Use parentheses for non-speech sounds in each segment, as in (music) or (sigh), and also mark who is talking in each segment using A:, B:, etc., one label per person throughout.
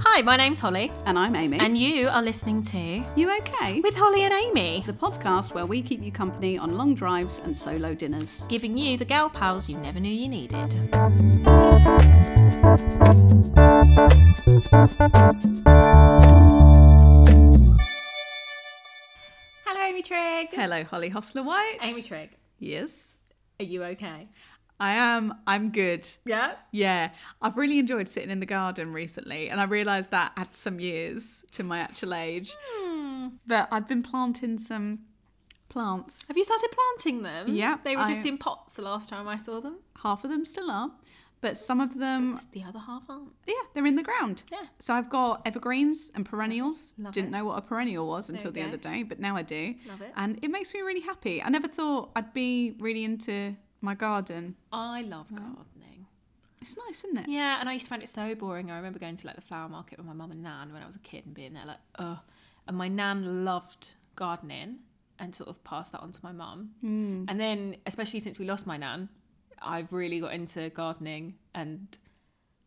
A: Hello, my name's Holly,
B: And I'm Amy.
A: and you are listening to
B: you okay?
A: With Holly and Amy,
B: the podcast where we keep you company on long drives and solo dinners.
A: giving you the gal pals you never knew you needed. Hello, Amy Trigg.
B: Hello, Holly Hostler White.
A: Amy Trigg,
B: Yes,
A: are you okay?
B: I am. I'm good.
A: Yeah.
B: Yeah, I've really enjoyed sitting in the garden recently, and I realised that adds some years to my actual age. But I've been planting some plants.
A: Have you started planting them?
B: Yeah,
A: They were just
B: I-
A: in pots the last time I saw them.
B: Half of them still are, but some of them,
A: The other half aren't.
B: yeah, they're in the ground.
A: Yeah.
B: So I've got evergreens and perennials.
A: Love
B: Didn't
A: it.
B: know what a perennial was until
A: you
B: the
A: go.
B: other day, but now I do.
A: Love it.
B: And it makes me really happy. I never thought I'd be really into my garden.
A: I love gardening.
B: It's nice, isn't it?
A: Yeah, and I used to find it so boring. I remember going to like the flower market with my mum and nan when I was a kid and being there like, ugh. And my nan loved gardening and sort of passed that on to my mum. Mm. And then, especially since we lost my nan, I've really got into gardening and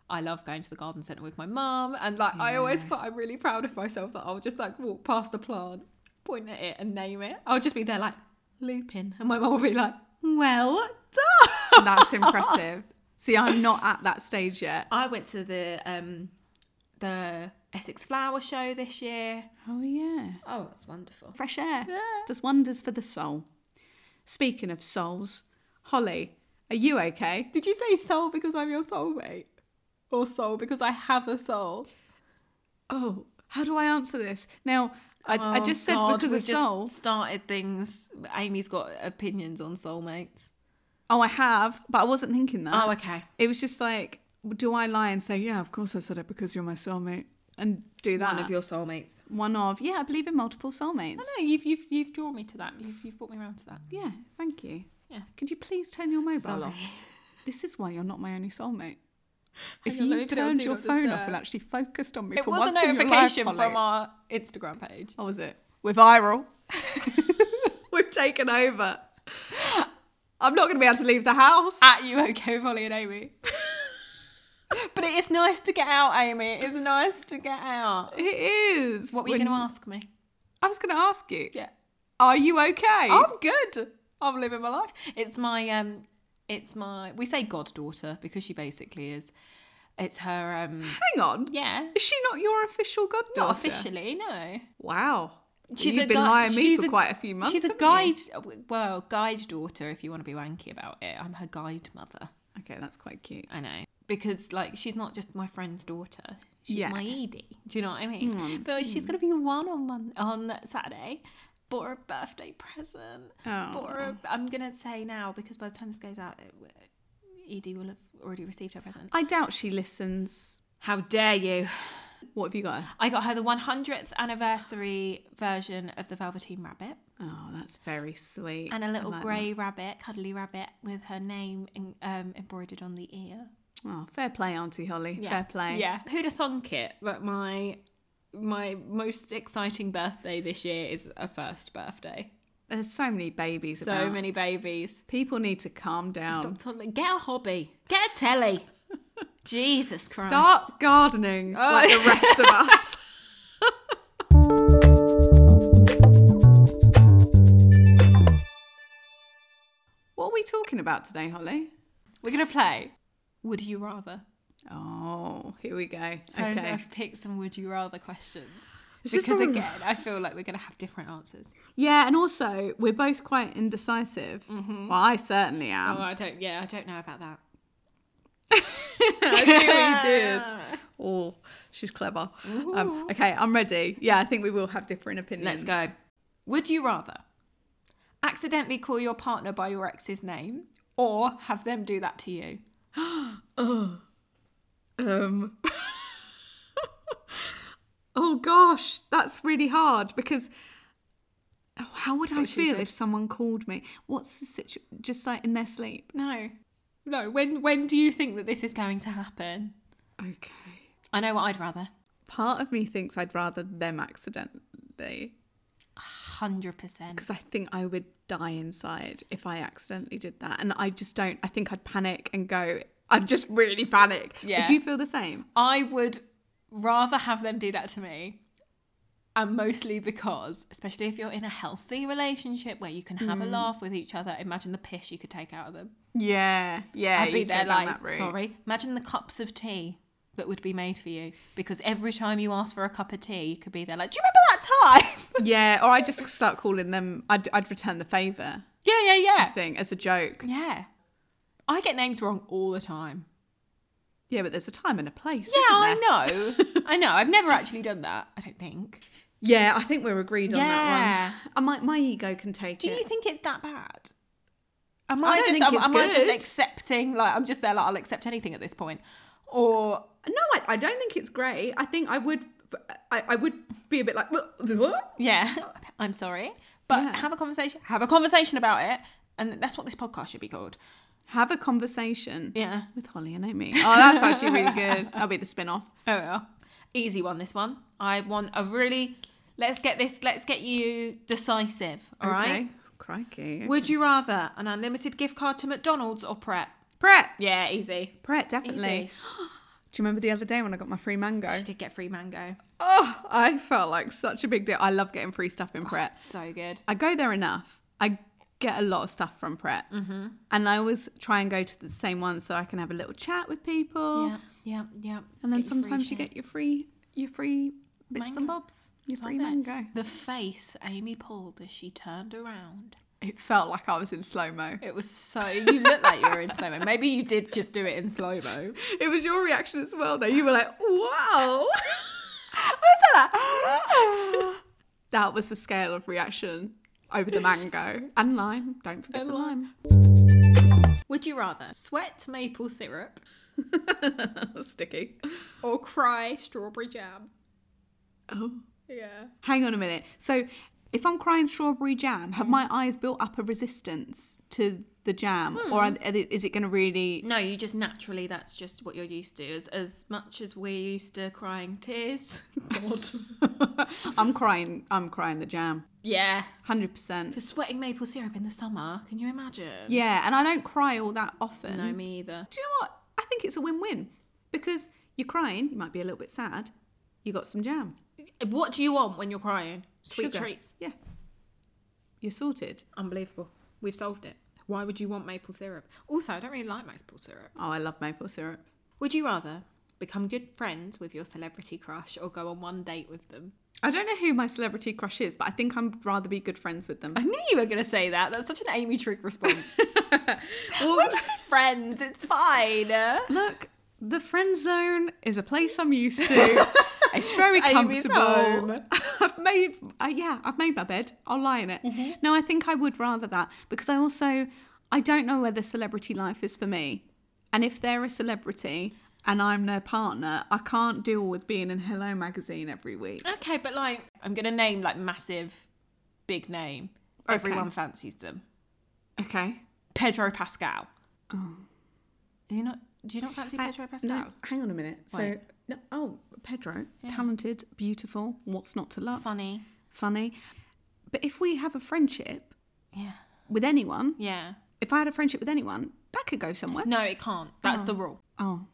A: I love going to the garden centre with my mum. And like, I always felt I'm really proud of myself that I'll just like walk past a plant, point at it and name it. I'll just be there like, lupin. And my mum will be like, well done. (laughs)
B: That's impressive. See, I'm not at that stage yet.
A: I went to the um the Essex Flower Show this year.
B: Oh, yeah.
A: Oh, that's wonderful.
B: Fresh air
A: Yeah.
B: does wonders for the soul. Speaking of souls, Holly, are you okay?
A: Did you say soul because I'm your soulmate? Or soul because I have a soul?
B: Oh, how do I answer this? Now, I, I
A: Oh,
B: just said because of soul.
A: started things. Amy's got opinions on soulmates.
B: Oh, I have, but I wasn't thinking that.
A: Oh, okay.
B: It was just like, do I lie and say, yeah, of course I said it because you're my soulmate, and do that?
A: One of your soulmates.
B: One of, yeah, I believe in multiple soulmates.
A: No, you've you've you've drawn me to that. You've you've brought me around to that.
B: Yeah, thank you.
A: Yeah.
B: Could you please turn your mobile
A: Sorry.
B: off? This is why you're not my
A: (laughs)
B: only soulmate. If
A: Hang on, let me
B: you
A: put it on
B: turned
A: Do
B: your
A: Not
B: phone off
A: Disturb.
B: and actually focused on me
A: It
B: for
A: was a
B: once in your life,
A: notification
B: Holly.
A: from our Instagram page.
B: What was it? We're viral.
A: (laughs)
B: We've taken over. I'm not going to be able to leave the house.
A: at you (laughs) okay Polly and (laughs) Amy. but it is nice to get out, Amy. It is nice to get out.
B: It is.
A: What were you
B: When-
A: going to ask me?
B: I was going to ask you.
A: Yeah,
B: Are you okay?
A: I'm good. I'm living my life. It's my um, it's my we say goddaughter because she basically is. It's her (laughs) um,
B: Hang on.
A: yeah,
B: Is she not your official goddaughter?
A: not officially no.
B: Wow.
A: She's
B: You've
A: a
B: been
A: gui-
B: lying to me
A: she's
B: for
A: a-
B: quite a few months.
A: She's a
B: haven't you?
A: guide, well, guide daughter if you want to be wanky about it. I'm her guide mother.
B: Okay, that's quite cute.
A: I know. Because like she's not just my friend's daughter. She's
B: Yeah.
A: my Edie. Do you know what I mean? But she's gonna be one on mon- on Saturday. Bought her a birthday present.
B: Oh.
A: Bought her a, I'm gonna say now because by the time this goes out, it, Edie will have already received her present.
B: I doubt she listens.
A: How dare you!
B: What have you got?
A: I got her the 100th anniversary version of the Velveteen Rabbit
B: Oh, that's very sweet.
A: and a little
B: like
A: grey rabbit, cuddly rabbit, with her name in, um, embroidered on the ear.
B: Oh, fair play, Auntie Holly. Fair play.
A: Yeah. Who'd have thunk it? But my my most exciting birthday this year is a first birthday.
B: There's so many babies.
A: So
B: about.
A: many babies. Um,
B: People need to calm down.
A: Stop toddling. Get a hobby. Get a (laughs) telly. Jesus Christ.
B: Start gardening like the rest of us. (laughs) what are we talking about today, Holly?
A: We're gonna play. Would you rather?
B: Oh, here we go.
A: So
B: okay.
A: I've picked some would you rather questions.
B: This is
A: because
B: probably-
A: again, I feel like we're gonna have different answers.
B: Yeah, and also we're both quite indecisive. Well, I certainly am.
A: Oh, I don't. Yeah, I don't know about that.
B: I (laughs) see what you did. Oh, she's clever. Um, okay, I'm ready. Yeah, I think we will have different opinions.
A: Let's go. Would you rather accidentally call your partner by your ex's name or have them do that to you?
B: Um, (laughs) oh gosh, that's really hard because oh, how would I
A: what she
B: feel
A: said.
B: if someone called me? What's the situation? Just like in their sleep.
A: No. No, when when do you think that this is going to happen?
B: Okay.
A: I know what I'd rather.
B: Part of me thinks I'd rather them accidentally
A: 100%.
B: because I think I would die inside if I accidentally did that. And I just don't, I think I'd panic and go, I'd just really panic.
A: Yeah.
B: Would you feel the same?
A: I would rather have them do that to me. And mostly because, especially if you're in a healthy relationship where you can have
B: Mm.
A: a laugh with each other, imagine the piss you could take out of them.
B: Yeah, yeah.
A: I'd be
B: you'd go
A: there
B: down
A: like,
B: that route.
A: sorry. Imagine the cups of tea that would be made for you because every time you ask for a cup of tea, you could be there like, do you remember that time? (laughs)
B: Yeah, or I would just start calling them. I'd, I'd return the favor
A: yeah, yeah, yeah,
B: thing as a joke.
A: yeah. I get names wrong all the time.
B: Yeah, but there's a time and a place.
A: Yeah,
B: isn't there?
A: I (laughs) know. I
B: (laughs)
A: know. I've never actually done that. I don't think.
B: Yeah, I think we're agreed on that
A: Yeah.
B: one. And my my ego can take
A: Do
B: it.
A: you think it's that bad? Am
B: I
A: I,
B: don't
A: just
B: think
A: am,
B: it's
A: am I just
B: good.
A: accepting? Like I'm just there. Like I'll accept anything at this point. Or
B: No, I, I don't think it's great. I think I would I, I would be a bit like what?
A: yeah, (laughs) I'm sorry, but
B: Yeah.
A: have a conversation. Have a conversation about it, and that's what this podcast should be called.
B: have a conversation
A: Yeah.
B: with Holly and Amy. Oh, that's actually really
A: (laughs)
B: good. That'll be the spin-off.
A: Oh well. Easy one. This one. I want a really. Let's get this. Let's get you decisive. All right.
B: Crikey.
A: Would you rather an unlimited gift card to McDonald's or Pret?
B: Brett.
A: Yeah, easy.
B: Brett, definitely.
A: Easy.
B: (gasps) Do you remember the other day when I got my free mango?
A: She did get free mango.
B: Oh, I felt like such a big deal. I love getting free stuff in Pret.
A: So good.
B: I go there enough. I get a lot of stuff from Pret. Mm-hmm. And I always try and go to the same one so I can have a little chat with people.
A: Yeah, yeah, yeah.
B: And then
A: Get your free
B: sometimes you
A: shit.
B: get your free your free bits
A: Mango.
B: and bobs. Your free
A: Love it.
B: mango.
A: the face Amy pulled as she turned around.
B: It felt like I was
A: (laughs)
B: in slow-mo.
A: It was so. You looked like you were in slow mo. Maybe you did just do it in slow mo.
B: It was your reaction as well though. You
A: (laughs)
B: were like, wow. (gasps) that was the scale of reaction over the mango. And lime. Don't forget
A: And
B: the lime.
A: Would you rather sweat maple syrup
B: (laughs) Sticky.
A: or cry strawberry jam?
B: Oh.
A: Yeah.
B: Hang on a minute. So if I'm crying strawberry jam, have my eyes built up a resistance to the jam? Or are, are they- is it going to really.
A: No, you just naturally. That's just what you're used to. As as much as we're used to crying tears. God.
B: I'm crying. I'm crying the jam.
A: (laughs) yeah.
B: 100%.
A: For sweating maple syrup in the summer, can you imagine?
B: Yeah, and I don't cry all that often.
A: No, me either.
B: Do you know what? I think it's a win win because you're crying, you might be a little bit sad, you got some jam.
A: What do you want when you're crying? Sweet
B: Sugar.
A: treats.
B: Yeah. You're sorted.
A: Unbelievable. We've solved it. Why would you want maple syrup? Also, I don't really like maple syrup.
B: Oh, I love maple syrup.
A: Would you rather become good friends with your celebrity crush or go on one date with them?
B: I don't know who my celebrity crush is, but I think I'd rather be good friends with them.
A: I knew you were going to say that. That's such an Amy trick
B: (laughs)
A: response.
B: Well,
A: We're just friends. It's fine.
B: look, the friend zone is a place I'm used
A: (laughs)
B: to. It's very
A: It's Amy's
B: comfortable. (laughs)
A: home.
B: I've made, uh, yeah, I've made my bed. I'll lie in it.
A: Mm-hmm.
B: No, I think I would rather that because I also, I don't know whether celebrity life is for me. And if they're a celebrity and I'm their partner, I can't deal with being in Hello magazine every week.
A: Okay, but like, I'm going to name like massive, big name.
B: Okay.
A: Everyone fancies them.
B: Okay.
A: Pedro Pascal. Do you not? Do you not fancy Pedro Pascal?
B: Oh. No, hang on a minute. So,
A: Wait.
B: no, oh, Pedro, talented, beautiful, what's not to love,
A: Funny.
B: funny. But if we have a friendship
A: Yeah.
B: with anyone,
A: Yeah.
B: if I had a friendship with anyone, that could go somewhere.
A: No, it can't. That's the rule.
B: Oh,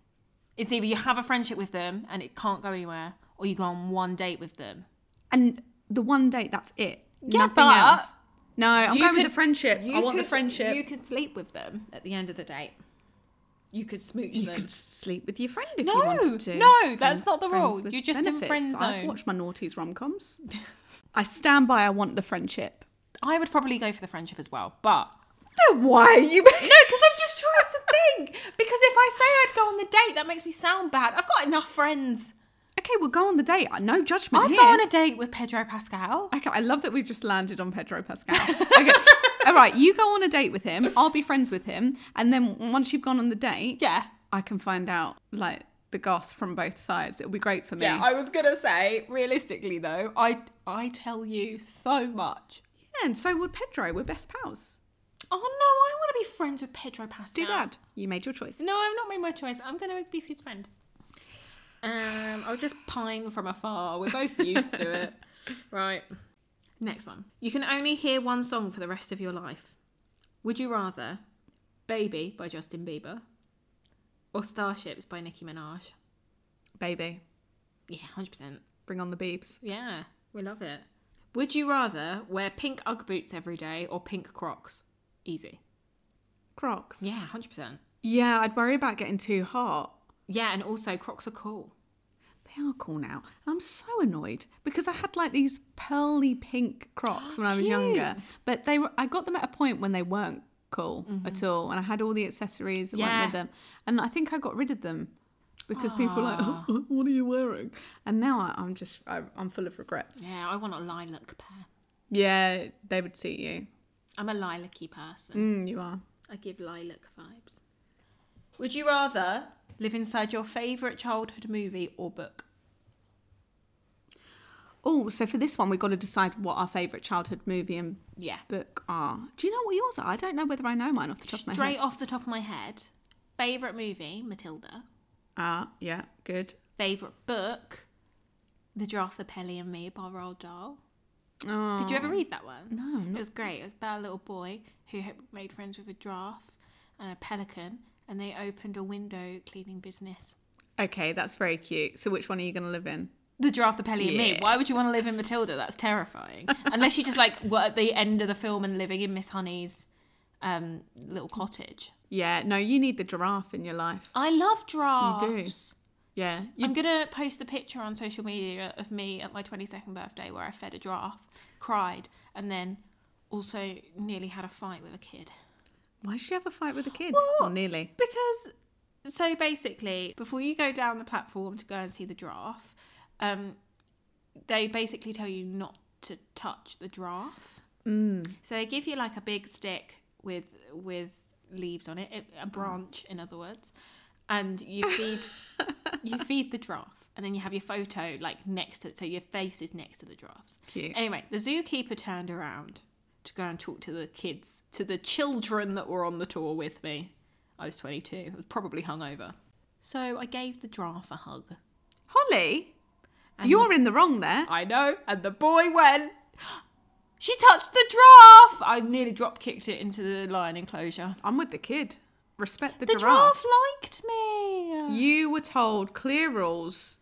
A: It's either you have a friendship with them and it can't go anywhere, or you go on one date with them.
B: and the one date, that's it.
A: Yeah,
B: Nothing
A: but-
B: else. No, I'm
A: You
B: going with
A: could-
B: the friendship. I want the friendship.
A: You
B: You,
A: could sleep with them at the end of the date. You could smooch them.
B: could sleep with your friend if
A: No,
B: you wanted to.
A: no, that's
B: Friends-
A: not the
B: friends
A: rule.
B: with
A: You're just in friend
B: I've
A: zone.
B: watched my naughties
A: (laughs)
B: rom coms. I stand by. I want the friendship.
A: I would probably go for the friendship as well, but
B: Then why
A: (laughs)
B: are you?
A: no, because I'm just trying to think. Because if I say I'd go on the date, that makes me sound bad. I've got enough friends.
B: okay, we'll go on the date. No judgment
A: I'd
B: here.
A: go on a date with Pedro Pascal.
B: Okay, I love that we've just landed on Pedro Pascal.
A: (laughs)
B: Okay. All right, you go on a date with him. I'll be friends with him, and then once you've gone on the date,
A: Yeah.
B: I can find out like the goss from both sides. It'll be great for me.
A: Yeah, I was gonna say, realistically though, I I tell you so much.
B: Yeah, and so would Pedro. We're best pals.
A: Oh no, I wanna be friends with Pedro Pascal.
B: Too bad. You made your choice.
A: No, I've not made my choice. I'm going to be his friend. Um, I'll just pine from afar. We're (laughs) both used to it. Right. Next one. You can only hear one song for the rest of your life. Would you rather Baby by Justin Bieber or Starships by Nicki Minaj?
B: Baby.
A: Yeah, hundred percent.
B: Bring on the beeps.
A: Yeah, we love it. Would you rather wear pink UGG boots every day or pink Crocs? Easy.
B: Crocs.
A: Yeah, hundred percent.
B: Yeah, I'd worry about getting too hot.
A: Yeah, and also Crocs are cool.
B: They are cool now. And I'm so annoyed because I had like these pearly pink
A: (gasps)
B: Crocs when I was younger, but they were I got them at a point when they weren't cool at all, and I had all the accessories that went
A: Mm-hmm. Yeah.
B: with them, and I think I got rid of them because people were like, (laughs) "What are you wearing?" And now I, I'm just I, I'm full of regrets.
A: Yeah, I want a lilac pair.
B: Yeah, they would suit you.
A: I'm a lilac-y person.
B: Mm, you are.
A: I give lilac vibes. Would you rather live inside your favourite childhood movie or book?
B: Oh, so for this one, we've got to decide what our favourite childhood movie and
A: Yeah.
B: book are. Do you know what yours are? I don't know whether I know mine off the top of my head.
A: Straight off the top of my head, favourite movie, Matilda.
B: Ah, yeah, good.
A: Favourite book, The Giraffe, the Pelly and Me by Roald Dahl.
B: Oh.
A: Did you ever read that one?
B: No,
A: It
B: not-
A: was great. It was about a little boy who had made friends with a giraffe and a pelican, and they opened a window cleaning business.
B: Okay, that's very cute. So which one are you going to live in?
A: The giraffe, the pelly, and me.
B: Yeah.
A: Why would you want to live in Matilda? That's (laughs) terrifying. Unless you just like were at the end of the film and living in Miss Honey's um, little cottage.
B: Yeah, no, you need the giraffe in your life.
A: I love giraffes.
B: Yeah. You,
A: I'm gonna post a picture on social media of me at my 22nd birthday where I fed a giraffe, cried, and then also nearly had a fight with a kid.
B: (gasps) why should you have a fight with a kid?
A: Well-
B: Or nearly.
A: Because so basically, before you go down the platform to go and see the giraffe, um, they basically tell you not to touch the giraffe.
B: Mm.
A: So they give you like a big stick with with leaves on it, it- a branch, in other words, and you feed you feed the giraffe, and then you have your photo like next to so your face is next to the giraffes.
B: Cute.
A: Anyway, the zookeeper turned around to go and talk to the kids, to the children that were on the tour with me. I was 22. I was probably hungover. So I gave the giraffe a hug.
B: Holly,
A: And
B: you're in the wrong there.
A: I know. And the boy went, She touched the giraffe! I nearly drop kicked it into the lion enclosure.
B: I'm with the kid. Respect the,
A: The
B: giraffe.
A: giraffe liked me.
B: You were told clear rules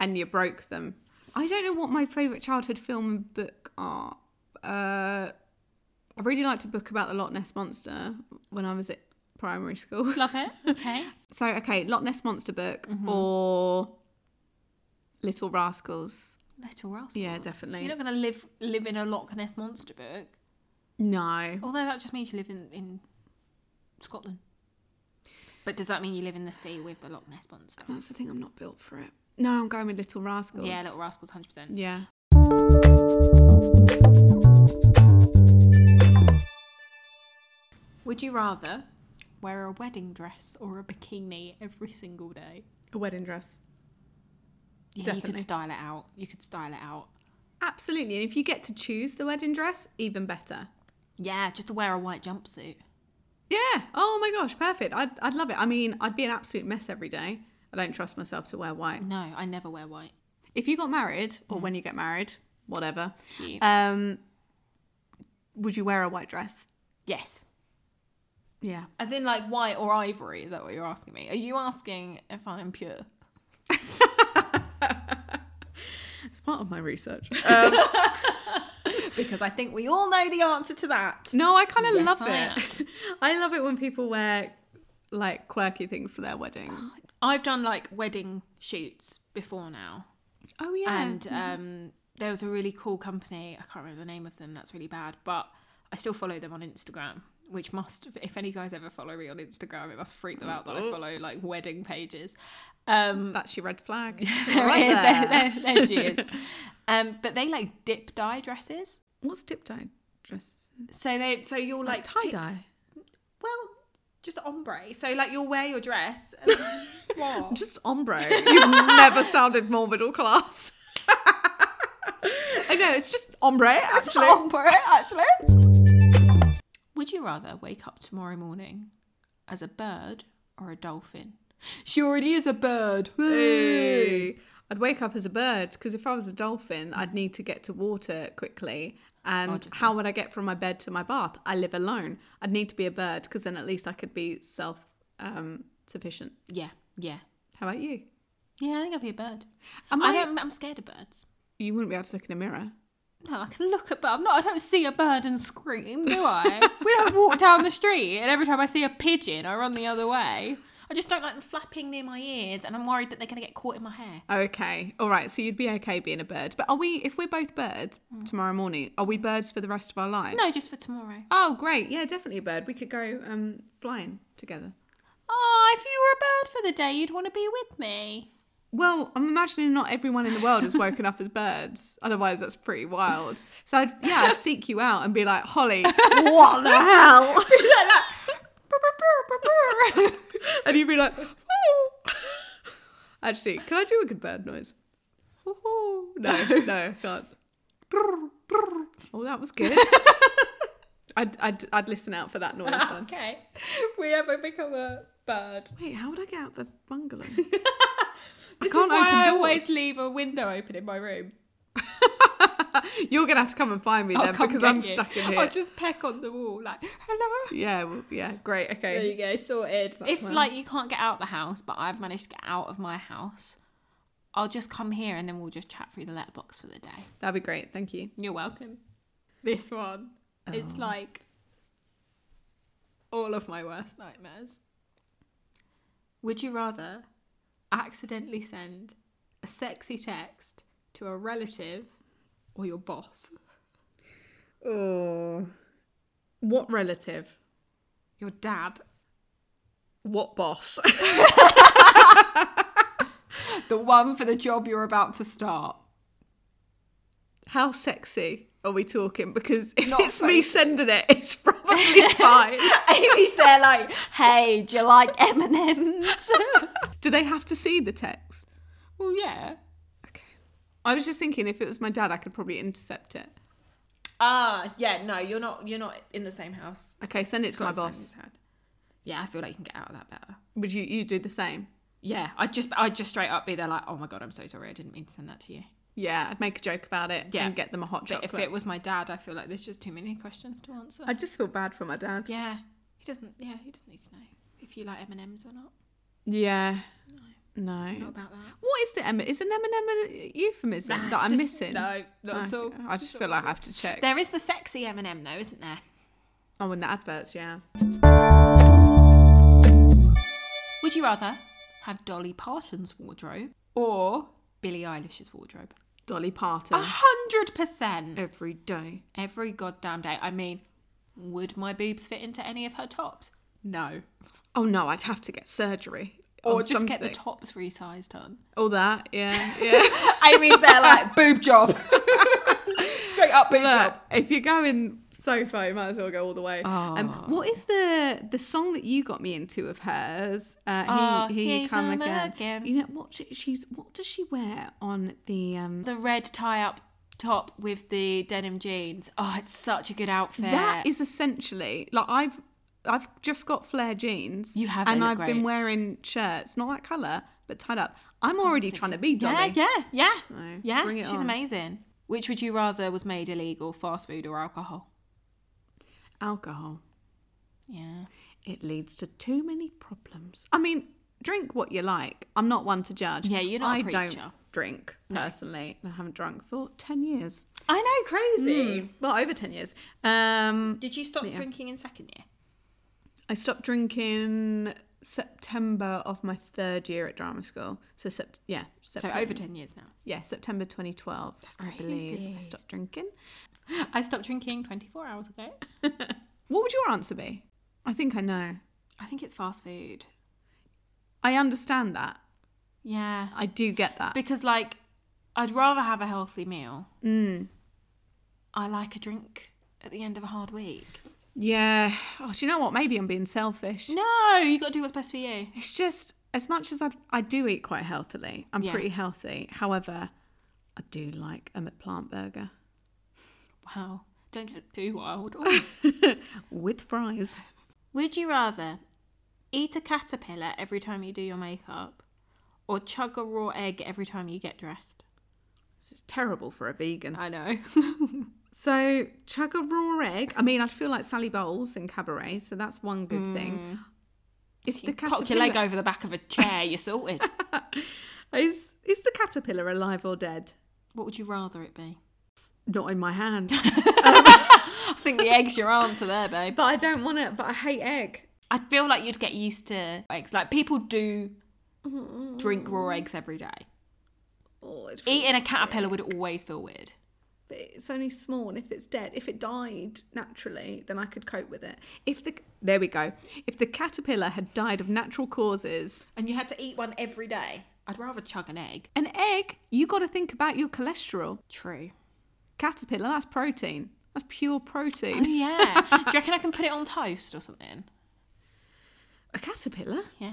B: and you broke them. I don't know what my favourite childhood film and book are. Uh, I really liked a book about the Loch Ness Monster when I was at primary school. (laughs)
A: Love it. Okay.
B: So, okay, Loch Ness Monster book or Little Rascals.
A: Little rascals.
B: Yeah, definitely.
A: You're not going to live live in a Loch Ness monster book.
B: No.
A: Although that just means you live in, in Scotland. But does that mean you live in the sea with the Loch Ness monster?
B: That's the thing, I'm not built for it. No, I'm going with Little Rascals.
A: Yeah, Little Rascals, 100%.
B: Yeah.
A: Would you rather wear a wedding dress or a bikini every single day?
B: A wedding dress.
A: Yeah, you
B: Definitely.
A: could style it out. You could style it out.
B: Absolutely. And if you get to choose the wedding dress, even better.
A: Yeah, just to wear a white jumpsuit.
B: Yeah. Oh my gosh, perfect. I'd, I'd love it. I mean, I'd be an absolute mess every day. I don't trust myself to wear white.
A: No, I never wear white.
B: If you got married, or when you get married, whatever,
A: Cute.
B: um, would you wear a white dress?
A: yes.
B: Yeah.
A: As in like white or ivory, is that what you're asking me? Are you asking if I'm pure?
B: It's part of my research.
A: Because I think we all know the answer to that.
B: (laughs) No, I kind of
A: Yes,
B: love
A: I
B: it. (laughs) I love it when people wear like quirky things for their wedding.
A: I've done like wedding shoots before now.
B: (gasps) Oh yeah.
A: And um, there was a really cool company. I can't remember the name of them. That's really bad. But I still follow them on Instagram, which must, if any guys ever follow me on Instagram, it must freak them out that I follow like wedding (laughs) pages. Um,
B: that's your red flag.
A: there,
B: Right
A: it is.
B: there.
A: There, there- there (laughs) she is. Um, but they like dip dye dresses.
B: (laughs) What's dip dye dress?
A: So they, so you'll like,
B: Like tie
A: pick-
B: dye.
A: Well, just ombre. So like you'll wear your dress. (laughs) And, what?
B: Just ombre. You've never sounded more middle class. I know it's just ombre.
A: Just
B: Actually,
A: ombre, Oh, actually. Would you rather wake up tomorrow morning as a bird or a dolphin? She already is a bird. Woo.
B: Hey. I'd wake up as a bird because if I was a dolphin, I'd need to get to water quickly. And
A: Logical.
B: how would I get from my bed to my bath? I live alone. I'd need to be a bird because then at least I could be self um, sufficient.
A: Yeah, yeah.
B: How about you?
A: Yeah, I think I'd be a bird.
B: Am
A: I don't. I'm scared of birds.
B: You wouldn't be able to look in a mirror.
A: No, I can look at, but I'm not. I don't see a bird and scream, do (laughs) I? we don't walk down the street, and every time I see a pigeon, I run the other way. I just don't like them flapping near my ears, and I'm worried that they're going to get caught in my hair.
B: Okay. All right. So you'd be okay being a bird. But are we, if we're both birds tomorrow morning, are we birds for the rest of our life?
A: No, just for tomorrow.
B: Oh, great. Yeah, definitely a bird. We could go um, flying together.
A: Oh, if you were a bird for the day, you'd want to be with me.
B: Well, I'm imagining not everyone in the world has woken up as birds. Otherwise, that's pretty wild. So, I'd, yeah, I'd seek you out and be like, Holly, what the hell? and you'd be like, oh. Actually, can I do a good bird noise? No, no, can't. Oh, that was good. I'd, I'd, I'd listen out for that (laughs) noise then.
A: okay. (laughs) We ever become a bird.
B: Wait, how would I get out the (laughs) bungalow?
A: This is
B: can't
A: why
B: open
A: I
B: doors.
A: always leave a window open in my room.
B: (laughs) You're going to have to come and find me
A: I'll
B: then
A: come
B: because
A: get
B: I'm
A: you.
B: stuck in
A: (laughs)
B: here.
A: I'll just peck on the wall like, hello.
B: Yeah, well, yeah, great.
A: There
B: Okay.
A: you go, sorted.
B: That's
A: If
B: mine.
A: like you can't get out the house, but I've managed to get out of my house, I'll just come here and then we'll just chat through the letterbox for the day.
B: That'd be great. Thank you.
A: You're welcome. This one, it's
B: Oh.
A: like all of my worst nightmares. Would you rather accidentally send a sexy text to a relative or your boss?
B: Oh. What relative?
A: Your dad,
B: What boss? (laughs)
A: the one for the job you're about to (laughs) start.
B: How sexy are we talking? Because if
A: Not
B: it's me
A: sexy.
B: sending it, it's probably
A: (laughs)
B: fine.
A: Amy's there like, hey, do you like M&M's?
B: Do they have to see the text?
A: well, yeah.
B: Okay. I was just thinking if it was my dad, I could probably intercept it.
A: Ah, yeah, no, you're not you're not in the same house.
B: Okay, send it to my
A: Scott's
B: boss.
A: friend's had. Yeah, I feel like you can get out of that better.
B: Would you you do the same?
A: Yeah, I'd just I'd just straight up be there like, oh my god, I'm so sorry, I didn't mean to send that to you.
B: Yeah, I'd make a joke about it
A: Yeah.
B: and get them a hot
A: But
B: chocolate.
A: if it was my dad, I feel like there's just too many questions to answer.
B: I just feel bad for my dad.
A: yeah, he doesn't. Yeah, he doesn't need to know if you like M and M's or not.
B: Yeah. No.
A: Not about that.
B: What is the M? Is an M&M a euphemism that I'm missing?
A: No, not at
B: Okay,
A: all.
B: I just feel like I have to check.
A: There is the sexy M and M though, isn't there?
B: Oh, in the adverts, yeah.
A: Would you rather have Dolly Parton's wardrobe or Billie Eilish's wardrobe?
B: Dolly Parton
A: A hundred percent.
B: every day.
A: Every goddamn day. I mean, would my boobs fit into any of her tops? No.
B: Oh no, I'd have to get surgery
A: Or
B: on
A: just get the
B: something.
A: tops resized on.
B: All that, (laughs) yeah, yeah.
A: Amy's there like boob (laughs) job. Straight up boob
B: Look, if you're going so far, you might as well go all the way. Um, what is the the song that you got me into of hers? Uh,
A: Oh,
B: he, here you come, again.
A: again.
B: You know what? She, she's what does she wear on the um?
A: The red tie up top with the denim jeans. Oh, it's such a good outfit.
B: That is essentially like I've I've just got flare jeans.
A: You have, they
B: and
A: look
B: I've been
A: great. Oh,
B: wearing shirts, not that color, but tied up. I'm already trying to be
A: yeah,
B: Dolly.
A: yeah, yeah.
B: So,
A: yeah,
B: bring it
A: she's
B: on.
A: amazing. Which would you rather was made illegal, fast food or alcohol?
B: Alcohol.
A: Yeah.
B: It leads to too many problems. I mean, drink what you like. I'm not one to judge.
A: Yeah, you're not a
B: I
A: preacher.
B: don't drink personally. and I haven't drunk for ten years.
A: I know, crazy.
B: Well, over ten years. Um,
A: Did you stop drinking in second year?
B: I stopped drinking September of my third year at drama school. So sept- yeah,
A: So
B: September.
A: over 10 years now.
B: yeah, September 2012. That's I believe I
A: crazy.
B: stopped drinking.
A: I stopped drinking 24 hours ago.
B: What would your answer be? I think I know.
A: I think it's fast food.
B: I understand that.
A: Yeah.
B: I do get that.
A: Because, like, I'd rather have a healthy meal. Hmm. I like a drink at the end of a hard week.
B: Yeah. Oh, do you know what? Maybe I'm being selfish.
A: No, you got to do what's best for you.
B: It's just as much as I, I do eat quite healthily. I'm
A: Yeah.
B: pretty healthy. However, I do like a McPlant burger (laughs)
A: Wow. Don't get it too wild.
B: with fries.
A: (laughs) Would you rather eat a caterpillar every time you do your makeup or chug a raw egg every time you get dressed?
B: This is terrible for a vegan.
A: I (laughs) know.
B: So chug a raw egg. I mean, I'd feel like Sally Bowles in Cabaret, so that's one Hmm. good thing. It's the
A: Cock your leg
B: caterpillar.
A: over the back of a chair, you're sorted.
B: Is is the caterpillar alive or dead?
A: (laughs) What would you rather it be?
B: Not in my hand.
A: (laughs) I think the egg's your answer there, babe.
B: but I don't want it. But I hate egg.
A: I feel like you'd get used to eggs. Like people do drink raw eggs every day.
B: Oh, it feels-
A: Eating a caterpillar would always feel weird.
B: but it's only small, and if it's dead, if it died naturally, then I could cope with it. If the there we go. If the caterpillar had died of natural causes,
A: And you had to eat one every day. I'd rather chug an egg.
B: an egg, you got to think about your cholesterol.
A: True.
B: Caterpillar, that's protein. That's pure
A: Oh,
B: protein.
A: (laughs) yeah. Do you reckon I can put it on toast or something?
B: A caterpillar?
A: Yeah.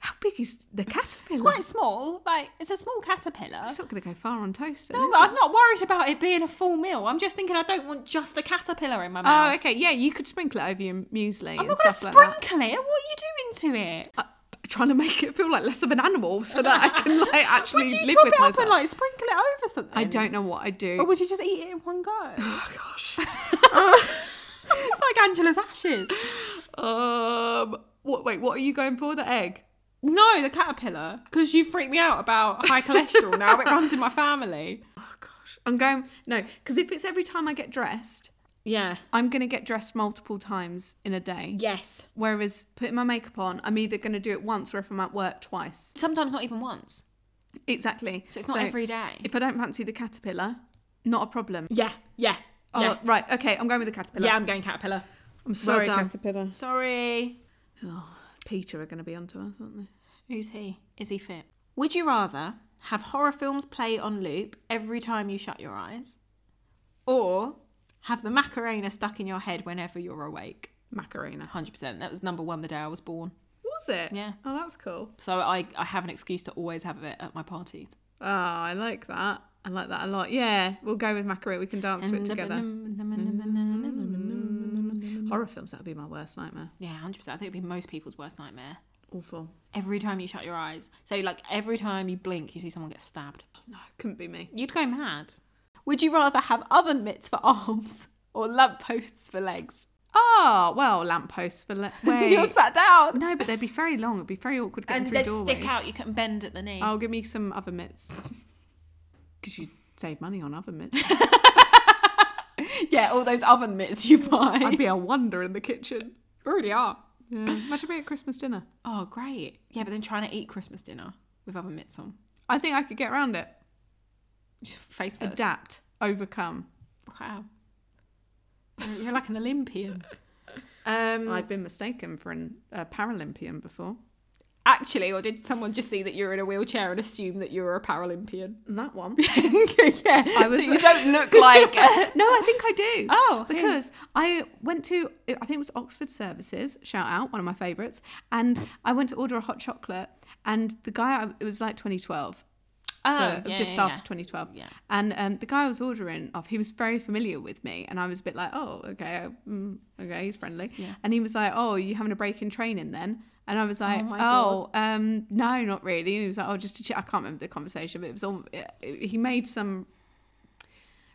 B: How big is the caterpillar?
A: (laughs) Quite small. Like, it's a small caterpillar.
B: It's not going to go far on toast.
A: No,
B: No,
A: I'm not worried about it being a full meal. I'm just thinking I don't want just a caterpillar in my mouth.
B: Oh, okay. Yeah, you could sprinkle it over your muesli
A: I'm
B: and
A: not going to
B: stuff like that.
A: sprinkle it. What are you doing to it?
B: Uh, trying to make it feel like less of an animal so that I
A: (laughs)
B: can like actually
A: Would you
B: live
A: chop
B: with
A: it up
B: myself.
A: and like Oh sprinkle it over something?
B: I don't know what I do.
A: Or would you just eat it in one (laughs) go?
B: (laughs) oh gosh.
A: it's like Angela's ashes.
B: Um. What? Wait. What are you going for? The egg?
A: No, the caterpillar. Because you freaked me out about (laughs) high cholesterol now. It runs in my family.
B: Oh gosh. I'm going. No. Because if it's every time I get dressed,
A: Yeah.
B: I'm gonna get dressed multiple times in a day.
A: Yes.
B: Whereas putting my makeup on, I'm either gonna do it once or if I'm at work twice.
A: Sometimes not even once.
B: Exactly.
A: So it's not every day.
B: If I don't fancy the caterpillar, not a problem.
A: Yeah. Yeah.
B: Oh, right. Okay. I'm going with the caterpillar.
A: I'm going caterpillar.
B: I'm sorry,
A: done.
B: caterpillar.
A: Sorry.
B: Oh, Peter are going to be onto us, aren't they?
A: Who's he? Is he fit? Would you rather have horror films play on loop every time you shut your eyes or have the Macarena stuck in your head whenever you're awake?
B: Macarena.
A: 100%. That was number one the day I was born.
B: Was it?
A: Yeah.
B: Oh, that's cool.
A: So I, I have an excuse to always have it at my parties.
B: Oh, I like that. I like that a lot. Yeah, we'll go with Macarena. We can dance to
A: uh,
B: it together. Horror films, that would be my worst nightmare.
A: Yeah, 100%. I think it'd be most people's worst nightmare.
B: Awful.
A: Every time you shut your eyes. So, like, every time you blink, you see someone get stabbed.
B: Oh, no, couldn't be me.
A: You'd go mad. Would you rather have oven mitts for arms (laughs) or lamp posts for legs?
B: Oh, well, lampposts
A: (laughs)
B: for le- wait.
A: You're sat down.
B: No, but they'd be very long. It'd be very awkward going
A: And
B: through
A: they'd
B: doorways.
A: stick out. You couldn't bend at the knee.
B: Oh, give me some
A: (laughs)
B: oven mitts. Because you save money on oven mitts.
A: Yeah, all those oven mitts (laughs) you buy.
B: I'd be a wonder in the kitchen.
A: already are.
B: Yeah. Imagine being at Christmas dinner.
A: Oh, great. Yeah, but then trying to eat Christmas dinner with oven mitts on.
B: I think I could get around it.
A: Just face first.
B: Adapt, overcome.
A: wow. You're- You're like an Olympian. (laughs) Um,
B: I've been mistaken for an, a Paralympian before.
A: actually, or did someone just see that you're in a wheelchair and assume that you're a Paralympian?
B: That one.
A: (laughs) yeah.
B: I was-
A: So you don't look (laughs) like. a-
B: (laughs) no, I think I do.
A: (laughs) oh, who?
B: because I went to, I think it was Oxford Services, shout out, one of my favourites. And I went to order a hot chocolate. And the guy, I- it was like 2012,
A: oh,
B: uh,
A: yeah,
B: just
A: yeah,
B: after
A: yeah.
B: 2012.
A: Yeah.
B: And um, the guy I was ordering off, he was very familiar with me, and I was a bit like, oh, okay, uh, mm, okay, he's friendly.
A: Yeah.
B: And he was like, oh, you having a break in training then? And I was like,
A: my
B: oh, um, no, not really. And he was like, oh, just to check. I can't remember the conversation, but it was all. It, it- he made some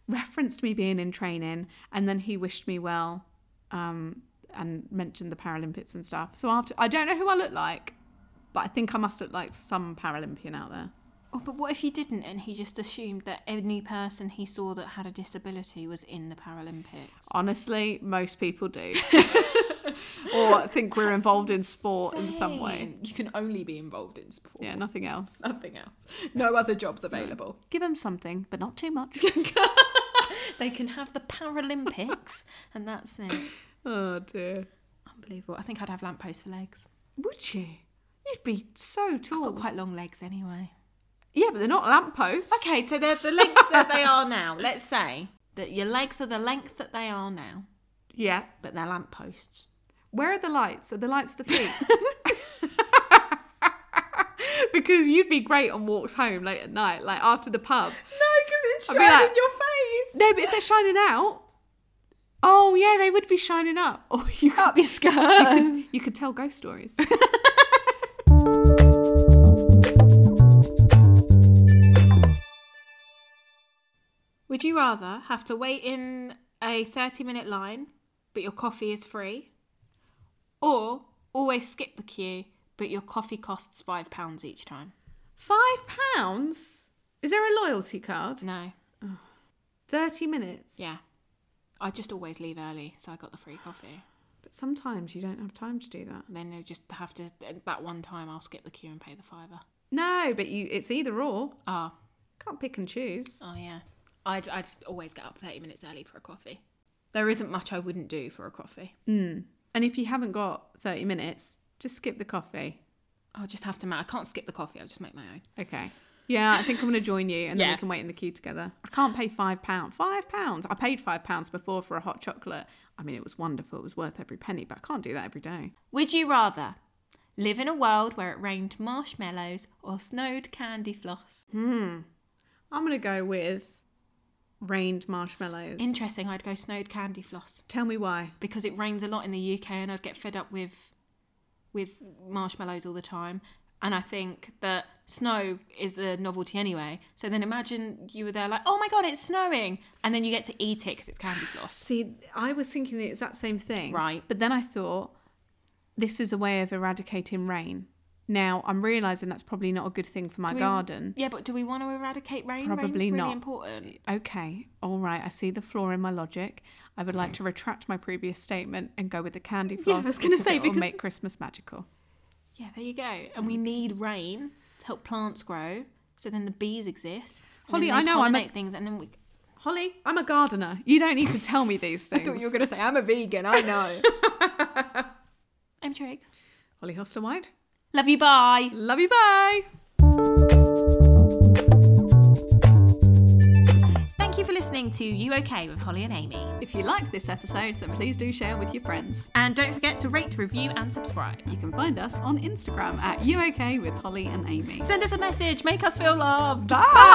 B: reference to me being in training, and then he wished me well, um, and mentioned the Paralympics and stuff. So after, I don't know who I look like, but I think I must look like some Paralympian out there.
A: Oh, but what if he didn't and he just assumed that any person he saw that had a disability was in the Paralympics?
B: Honestly, most people (laughs) do. or think we're involved in sport in some way.
A: Insane. You can only be involved in sport.
B: Yeah, nothing else.
A: (laughs) Nothing else. No other jobs available.
B: Give them something, but not too much.
A: They can have the
B: (laughs)
A: Paralympics and that's it.
B: (laughs) oh dear.
A: Unbelievable. I think I'd have lampposts for legs.
B: Would you? You'd be so
A: I've
B: tall.
A: got quite long legs anyway.
B: Yeah, but they're not lampposts.
A: Okay, so they're the length that they are (laughs) now. Let's say that your legs are the length that they are now,
B: Yeah.
A: but they're lampposts.
B: Where are the lights? Are the lights the (laughs) feet? because you'd be great on walks home late at night, like after the
A: No,
B: pub.
A: because it's
B: I'd be like-
A: your face.
B: No, but if they're shining out. Oh yeah, they would be shining up. (laughs) Or you could
A: Up your skirt. (laughs)
B: you could tell ghost stories.
A: Would you rather have to wait in a 30 minute line but your coffee is free? Or always skip the queue but your coffee costs £5 each time?
B: Five pounds? Is there a loyalty card?
A: No.
B: 30 minutes.
A: Yeah. I just always leave early, so I got the free coffee.
B: But sometimes you don't have time to do that.
A: And then I just have to, that one time I'll skip the queue and pay the fiver.
B: No, but you it's either or.
A: Ah,
B: Can't pick and choose.
A: oh yeah. I'd, I'd always get up 30 minutes early for a coffee. There isn't much I wouldn't do for a coffee.
B: And if you haven't got 30 minutes, just skip the coffee.
A: I'll just have to, ma- I can't skip the coffee, I'll just make my own.
B: Okay. Yeah, I think I'm going to join you and then
A: Yeah.
B: we can wait in the queue together. I can't pay £5. £5? I paid £5 before for a hot chocolate. I mean, it was wonderful. It was worth every penny, but I can't do that every day.
A: Would you rather live in a world where it rained marshmallows or snowed candy floss?
B: I'm going to go with rained marshmallows.
A: Interesting, I'd go snowed candy floss.
B: Tell me why.
A: because it rains a lot in the UK and I'd get fed up with with marshmallows all the time. And I think that snow is a novelty anyway. So then imagine you were there like, oh my god, it's snowing, and then you get to eat it because it's candy floss.
B: See, I was thinking the exact same thing.
A: Right.
B: But then I thought, this is a way of eradicating rain. Now, I'm realising that's probably not a good thing for my
A: Do we-
B: garden.
A: Yeah, but do we want to eradicate rain? Rain's
B: Probably
A: really
B: not.
A: important.
B: Okay, all right, I see the flaw in my logic. I would like to retract my previous statement and go with the candy
A: Yeah,
B: floss.
A: I was gonna say,
B: it will
A: because-
B: make Christmas magical.
A: Yeah, there you go. And
B: Mm.
A: we need rain to help plants grow. So then the bees exist. and then
B: Holly,
A: they
B: I know, I'm a-
A: pollinate things, and then we.
B: Holly, I'm a gardener. You don't need to tell me these (laughs) things.
A: going to say I'm a vegan. I know. (laughs) I'm intrigued.
B: Holly Hostelwide.
A: Love you. Bye.
B: Love you, bye.
A: Thank you for listening to You OK with Holly and Amy.
B: If you liked this episode, then please do share with your friends.
A: And don't forget to rate, review, and subscribe.
B: You can find us on Instagram at UOK with Holly and Amy.
A: Send us a message, make us feel loved.
B: Bye.